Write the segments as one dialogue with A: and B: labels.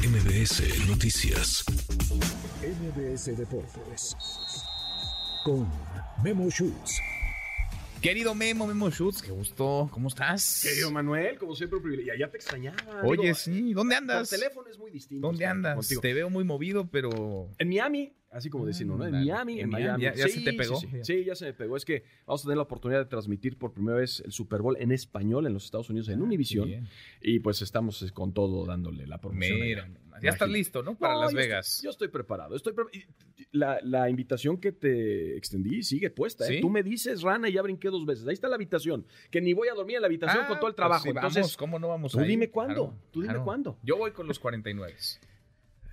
A: MBS Noticias.
B: MBS Deportes. Con Memo Schutz.
C: Querido Memo, Memo Schutz, qué gusto. ¿Cómo estás?
D: Querido Manuel, como siempre, un privilegio. Ya te extrañaba.
C: Oye,
D: Digo,
C: sí, ¿dónde
D: Por
C: andas?
D: teléfono es muy distinto.
C: ¿Dónde
D: estar
C: andas?
D: contigo.
C: Te veo muy movido, pero.
D: En Miami, así como diciendo, ¿no? En
C: Ándale.
D: Miami,
C: En
D: en
C: Miami,
D: Miami.
C: ya- ya se te pegó.
D: Sí, sí. Sí, ya se me pegó. Es que vamos a tener la oportunidad de transmitir por primera vez el Super Bowl en español en los Estados Unidos, en Univisión.
C: Ah, bien.
D: Y pues estamos eh, con todo dándole la promoción.
C: Mira,
D: allá.
C: ya estás
D: Imagínate.
C: listo, ¿no? Para
D: No,
C: Las
D: yo estoy-
C: Vegas.
D: yo estoy preparado. Estoy pre- y- y- la, la invitación que te extendí sigue puesta. ¿eh?
C: ¿Sí?
D: Tú me dices, Rana, y ya brinqué dos veces. Ahí está la habitación. Que ni voy a dormir en la habitación
C: Ah,
D: con todo el
C: pues
D: trabajo.
C: sí, vamos,
D: Entonces,
C: ¿cómo no vamos
D: tú
C: ahí?
D: dime cuándo,
C: Claro,
D: tú dime
C: claro.
D: cuándo.
C: Yo voy con los 49.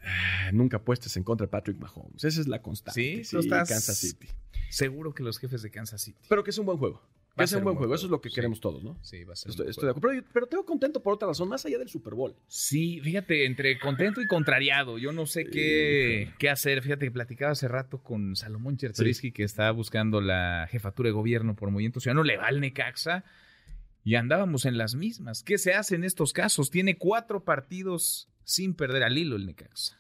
D: Ah, Nunca apuestes en contra de Patrick Mahomes. Esa es la constante.
C: Sí, tú estás-
D: Kansas City.
C: Seguro que los jefes de Kansas City.
D: Pero que es un buen juego.
C: Va a
D: Que es
C: ser
D: un buen juego. Eso es lo que
C: sí.
D: queremos todos, ¿no?
C: Sí, va a ser.
D: Estoy,
C: un
D: estoy de
C: juego.
D: acuerdo. Pero, pero te veo contento por otra razón, más allá del Super Bowl.
C: Sí, fíjate, entre contento y contrariado, yo no sé qué, qué hacer. Fíjate que platicaba hace rato con Salomón Chertorisky, que estaba buscando la jefatura de gobierno por Movimiento Ciudadano, le va al Necaxa, y andábamos en las mismas. ¿Qué se hace en estos casos? Tiene cuatro partidos sin perder al hilo el Necaxa.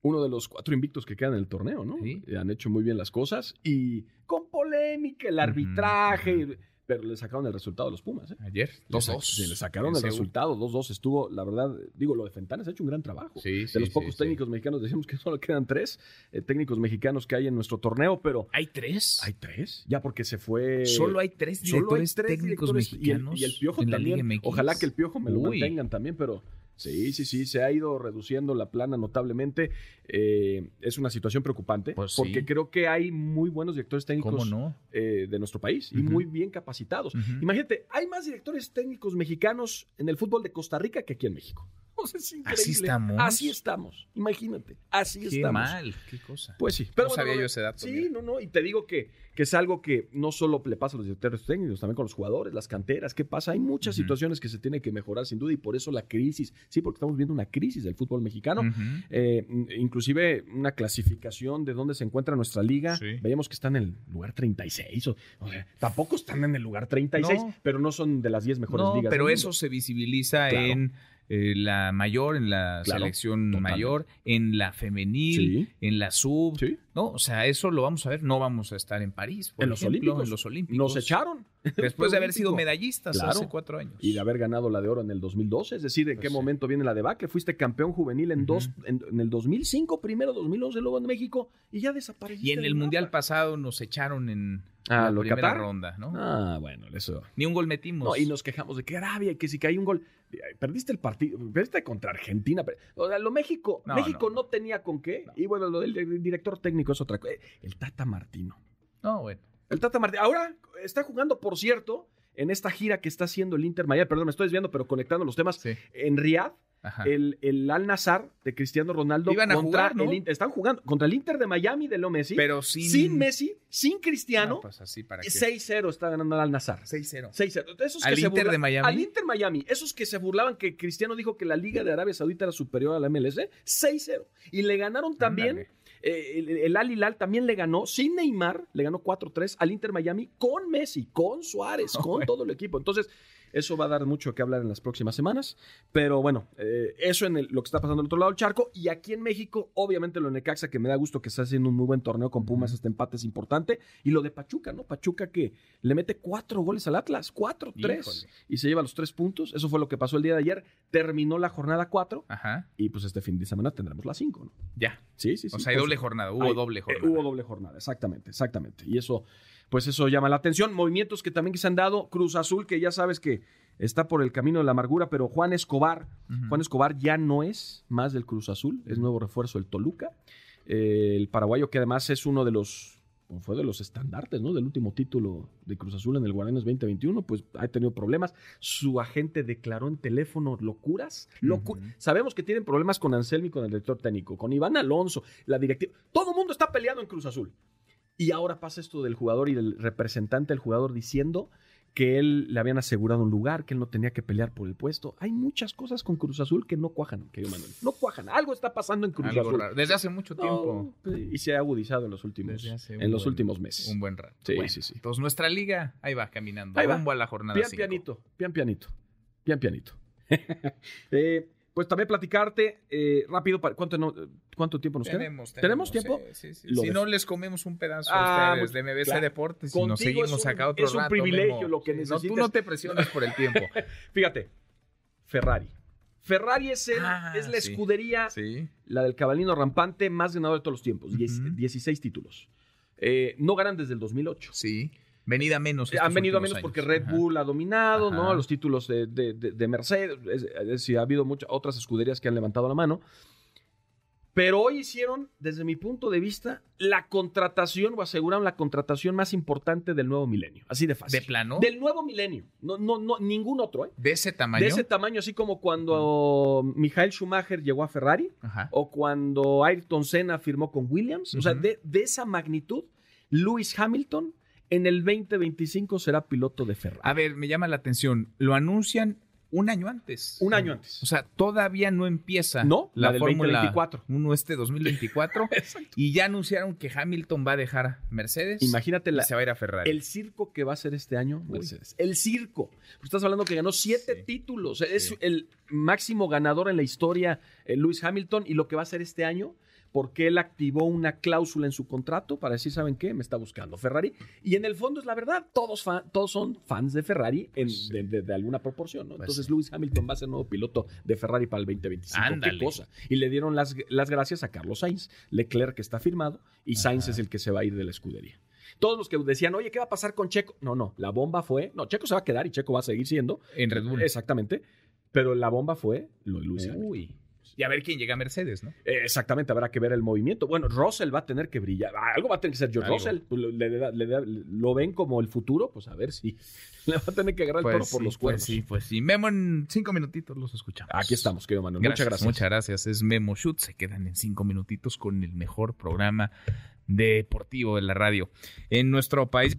D: Uno de los cuatro invictos que quedan en el torneo, ¿no?
C: Sí.
D: Eh, Han hecho muy bien las cosas y con polémica, el arbitraje,
C: Ujú.
D: pero le sacaron el resultado a los Pumas, ¿eh?
C: Ayer,
D: Le
C: dos
D: sa-
C: dos.
D: sí, Le sacaron
C: En
D: el
C: Seúl.
D: resultado, 2-2 estuvo, la verdad, digo, lo de Fentanes ha hecho un gran trabajo.
C: Sí,
D: de
C: sí,
D: los
C: sí,
D: pocos
C: sí.
D: técnicos mexicanos, decimos que solo quedan tres eh, técnicos mexicanos que hay en nuestro torneo, pero
C: ¿Hay tres? Eh,
D: ¿Hay tres? Ya porque se fue.
C: Solo hay tres directores
D: solo hay tres
C: técnicos
D: directores y el-
C: mexicanos
D: Y el, Piojo
C: en la
D: también.
C: Liga MX.
D: Ojalá que el Piojo me lo
C: Uy.
D: mantengan también, pero. Sí, sí, sí, se ha ido reduciendo la plana notablemente. Eh, es una situación preocupante
C: Pues sí.
D: porque creo que hay muy buenos directores
C: ¿Cómo
D: técnicos
C: no?
D: eh, de nuestro país y
C: Ujú.
D: muy bien capacitados.
C: Ujú.
D: Imagínate, hay más directores técnicos mexicanos en el fútbol de Costa Rica que aquí en México. O sea, es increíble.
C: estamos.
D: Así estamos. Imagínate, así
C: Qué
D: estamos.
C: mal, qué cosa.
D: Pues sí.
C: No sabía yo ese dato,
D: Sí,
C: mira.
D: no, no. Y te digo que, que es algo que no solo le pasa a los directores técnicos, también con los jugadores, las canteras, ¿qué pasa? Hay muchas
C: Ujú.
D: situaciones que se tienen que mejorar sin duda y por eso la crisis, sí, porque estamos viendo una crisis del fútbol
C: ah,
D: mexicano.
C: Ujú.
D: Eh, inclusive una clasificación de dónde se encuentra nuestra liga.
C: Sí.
D: Veíamos que están en el lugar 36. O, o sea, tampoco están en el lugar 36,
C: No.
D: pero no son de las 10 mejores
C: no,
D: ligas.
C: pero
D: del
C: eso
D: mundo.
C: se visibiliza
D: Claro.
C: en eh, la mayor, en la
D: Claro,
C: selección
D: totalmente.
C: mayor, en la femenil,
D: Sí.
C: en la sub.
D: Sí.
C: No, o sea, eso lo vamos a ver. No vamos a estar en París, por
D: En los
C: ejemplo,
D: Olímpicos.
C: en los Olímpicos.
D: Nos echaron.
C: Después de haber sido
D: Olímpico.
C: medallistas
D: Claro.
C: hace cuatro años.
D: y de haber ganado la de oro en el 2012, es decir, en
C: Pues
D: qué
C: sí.
D: momento viene la debacle. Fuiste campeón juvenil en, dos, en, en el 2005, primero 2011, luego en México y ya desapareciste.
C: Y en
D: del
C: el Mundial
D: mapa.
C: pasado nos echaron en
D: Ah,
C: la
D: ¿lo
C: primera
D: Qatar?
C: ronda, ¿no?
D: Ah, bueno, eso.
C: Ni un gol metimos.
D: No, y nos quejamos de que Arabia, que si cae un gol, eh, perdiste el partido, perdiste contra Argentina. pero- o sea, lo México,
C: No,
D: México
C: no,
D: no, tenía con qué. Y bueno, lo del di- director técnico es otra cosa. Eh, El Tata Martino.
C: No, bueno.
D: El Tata Martino. Ahora está jugando, por cierto, en esta gira que está haciendo el Inter Miami. Perdón, me estoy desviando, pero conectando los temas.
C: Sí.
D: En Riyadh,
C: Ajá.
D: el, el Al Nazar de Cristiano Ronaldo
C: Iban a
D: contra
C: jugar, ¿no?
D: el Inter. Están jugando contra el Inter de Miami de Leo Messi.
C: pero sin,
D: sin, Messi, Eh, sin Cristiano.
C: No, pues así, ¿para qué?
D: 6-0 está ganando el Al Nazar.
C: 6-0.
D: 6-0. Esos
C: ¿Al
D: que se
C: Inter de
D: burla-
C: Miami?
D: Al Inter Miami. Esos que se burlaban que Cristiano dijo que la Liga de Arabia Saudita era superior a la MLS. 6-0. Y le ganaron también.
C: Ándale.
D: eh, el, el Al Hilal también le ganó. Sin Neymar, le ganó 4-3 al Inter Miami con Messi, con Suárez, con
C: bueno.
D: todo el equipo. Entonces. Eso va a dar mucho que hablar en las próximas semanas, pero bueno, eh, eso en el- lo que está pasando al otro lado del charco y aquí en México, obviamente lo de Necaxa que me da gusto que está haciendo un muy buen torneo con Pumas, este empate es importante y lo de Pachuca, ¿no? Pachuca que le mete cuatro goles al Atlas, cuatro, tres,
C: Híjole.
D: y se lleva los tres puntos. Eso fue lo que pasó el día de ayer. Terminó la jornada cuatro
C: Ajá.
D: y pues este fin de semana tendremos la cinco, ¿no?
C: Ya.
D: Sí, sí, sí.
C: O sea, hay doble
D: Entonces,
C: jornada. Hubo
D: hay-
C: doble
D: eh,
C: jornada.
D: hubo doble jornada, exactamente, exactamente. Y eso, pues eso llama la atención. Movimientos que también que se han dado. Cruz Azul, que ya sabes que está por el camino de la amargura, pero Juan Escobar,
C: Ujú.
D: Juan Escobar ya no es más del Cruz Azul, es nuevo refuerzo del Toluca. Eh, el paraguayo que además es uno de los o fue de los estandartes, ¿no? Del último título de Cruz Azul en el Guardianes 2021, pues ha tenido problemas. Su agente declaró en teléfono locuras. locu-
C: Ujú.
D: Sabemos que tienen problemas con Anselmi, con el director técnico, con Iván Alonso, la directiva. Todo el mundo está peleando en Cruz Azul. Y ahora pasa esto del jugador y del representante del jugador diciendo que él le habían asegurado un lugar, que él no tenía que pelear por el puesto. Hay muchas cosas con Cruz Azul que no cuajan, querido Manuel. No cuajan. Algo está pasando en Cruz
C: Algo
D: Azul.
C: raro. Desde hace mucho tiempo.
D: No, y se ha agudizado en los últimos,
C: Desde hace un
D: en los
C: buen-
D: últimos meses.
C: Un buen rato.
D: Sí,
C: Bueno,
D: sí, sí.
C: Entonces nuestra liga ahí va caminando.
D: Ahí va.
C: rumbo a la jornada
D: Pian
C: cinco.
D: pianito, pian pianito, pian pianito. Eh, Pues también platicarte eh, rápido, para- ¿cuánto, no- cuánto tiempo nos
C: Tenemos,
D: queda? ¿Tenemos tiempo?
C: Sí, sí, sí.
D: Lo
C: Si
D: de-
C: no les comemos un pedazo
D: Ah,
C: a ustedes
D: muy-
C: de MBC
D: claro.
C: Deportes y nos
D: Contigo
C: seguimos
D: es un-
C: acá otro
D: es un
C: rato,
D: privilegio
C: Memo.
D: lo que
C: Sí, no,
D: necesites.
C: tú no te presiones por el tiempo.
D: Fíjate, Ferrari. Ferrari es, el-
C: Ah,
D: es la
C: sí.
D: escudería,
C: sí.
D: la del cabalino rampante más ganador de todos los tiempos. Diez-
C: Ujú.
D: 16 títulos. Eh, no ganan desde el 2008.
C: Sí. Venida menos. estos
D: Han venido a
C: últimos
D: menos
C: años.
D: porque Red
C: Ajá.
D: Bull ha dominado,
C: Ajá.
D: ¿no? Los títulos de, de- de- de Mercedes. Es, es decir, ha habido muchas otras escuderías que han levantado la mano. Pero hoy hicieron, desde mi punto de vista, la contratación o aseguraron la contratación más importante del nuevo milenio. Así de fácil.
C: ¿De plano?
D: Del nuevo milenio. No, no, no, ningún otro, ¿eh?
C: ¿De ese tamaño?
D: De ese tamaño, así como cuando Michael Schumacher llegó a Ferrari
C: Ajá.
D: o cuando Ayrton Senna firmó con Williams. O sea,
C: Ujú.
D: de, de esa magnitud, Lewis Hamilton en el 2025 será piloto de Ferrari.
C: A ver, me llama la atención. Lo anuncian un año antes.
D: Un año antes.
C: O sea, todavía no empieza
D: No, la
C: la,
D: del
C: Fórmula
D: 2024.
C: 1 este 2024 y ya anunciaron que Hamilton va a dejar Mercedes
D: Imagínate
C: y
D: la-
C: se va a ir a Ferrari.
D: el circo que va a ser este año
C: Uy.
D: Mercedes. El circo. Pues estás hablando que ganó siete
C: Sí.
D: títulos. Es
C: Sí.
D: el máximo ganador en la historia, eh, Lewis Hamilton, y lo que va a hacer este año, porque él activó una cláusula en su contrato para decir, ¿saben qué? Me está buscando Ferrari. Y en el fondo es la verdad, todos, fan- todos son fans de Ferrari en-
C: Pues sí.
D: de, de- de alguna proporción. ¿no?
C: Pues
D: Entonces
C: sí.
D: Lewis Hamilton va a ser nuevo piloto de Ferrari para el 2025.
C: Ándale.
D: ¿Qué cosa? Y le dieron las, las gracias a Carlos Sainz. Leclerc que está firmado y Sainz
C: Ajá.
D: es el que se va a ir de la escudería. Todos los que decían, oye, ¿qué va a pasar con Checo? No, no, la bomba fue, no, Checo se va a quedar y Checo va a seguir siendo.
C: en Red Bull.
D: Exactamente. Pero la bomba fue lo de Lewis Hamilton.
C: Uy. Y a ver quién llega a Mercedes, ¿no?
D: Eh, Exactamente, habrá que ver el movimiento. Bueno, Russell va a tener que brillar. Ah, Algo va a tener que ser George
C: Algo.
D: Russell. Pues, le- le da- le da- lo ven como el futuro, pues a ver si le va a tener que agarrar el toro por los
C: pues
D: cuernos.
C: sí, pues sí. Memo, en cinco minutitos los escuchamos.
D: Aquí estamos, querido Manuel. Muchas gracias.
C: Muchas gracias. Es Memo Shoot. Se quedan en cinco minutitos con el mejor programa deportivo de la radio en nuestro país.